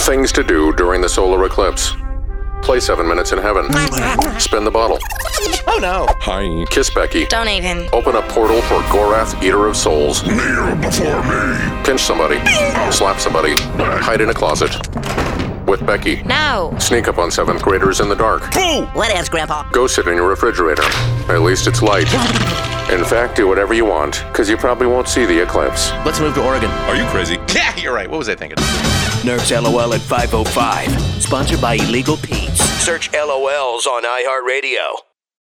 Things to do during the solar eclipse. Play seven minutes in heaven. Spin the bottle. Oh no. Hi. Kiss Becky. Don't even. Open a portal for Gorath, Eater of Souls. Kneel before me. Pinch somebody. Slap somebody. Hide in a closet. With Becky. No. Sneak up on seventh graders in the dark. Boo! Whatevs, Grandpa. Go sit in your refrigerator. At least it's light. In fact, do whatever you want, because you probably won't see the eclipse. Let's move to Oregon. Are you crazy? Yeah, you're right. What was I thinking? Nerf's LOL oh at 505. Sponsored by Illegal Pete's. Search LOLs on iHeartRadio.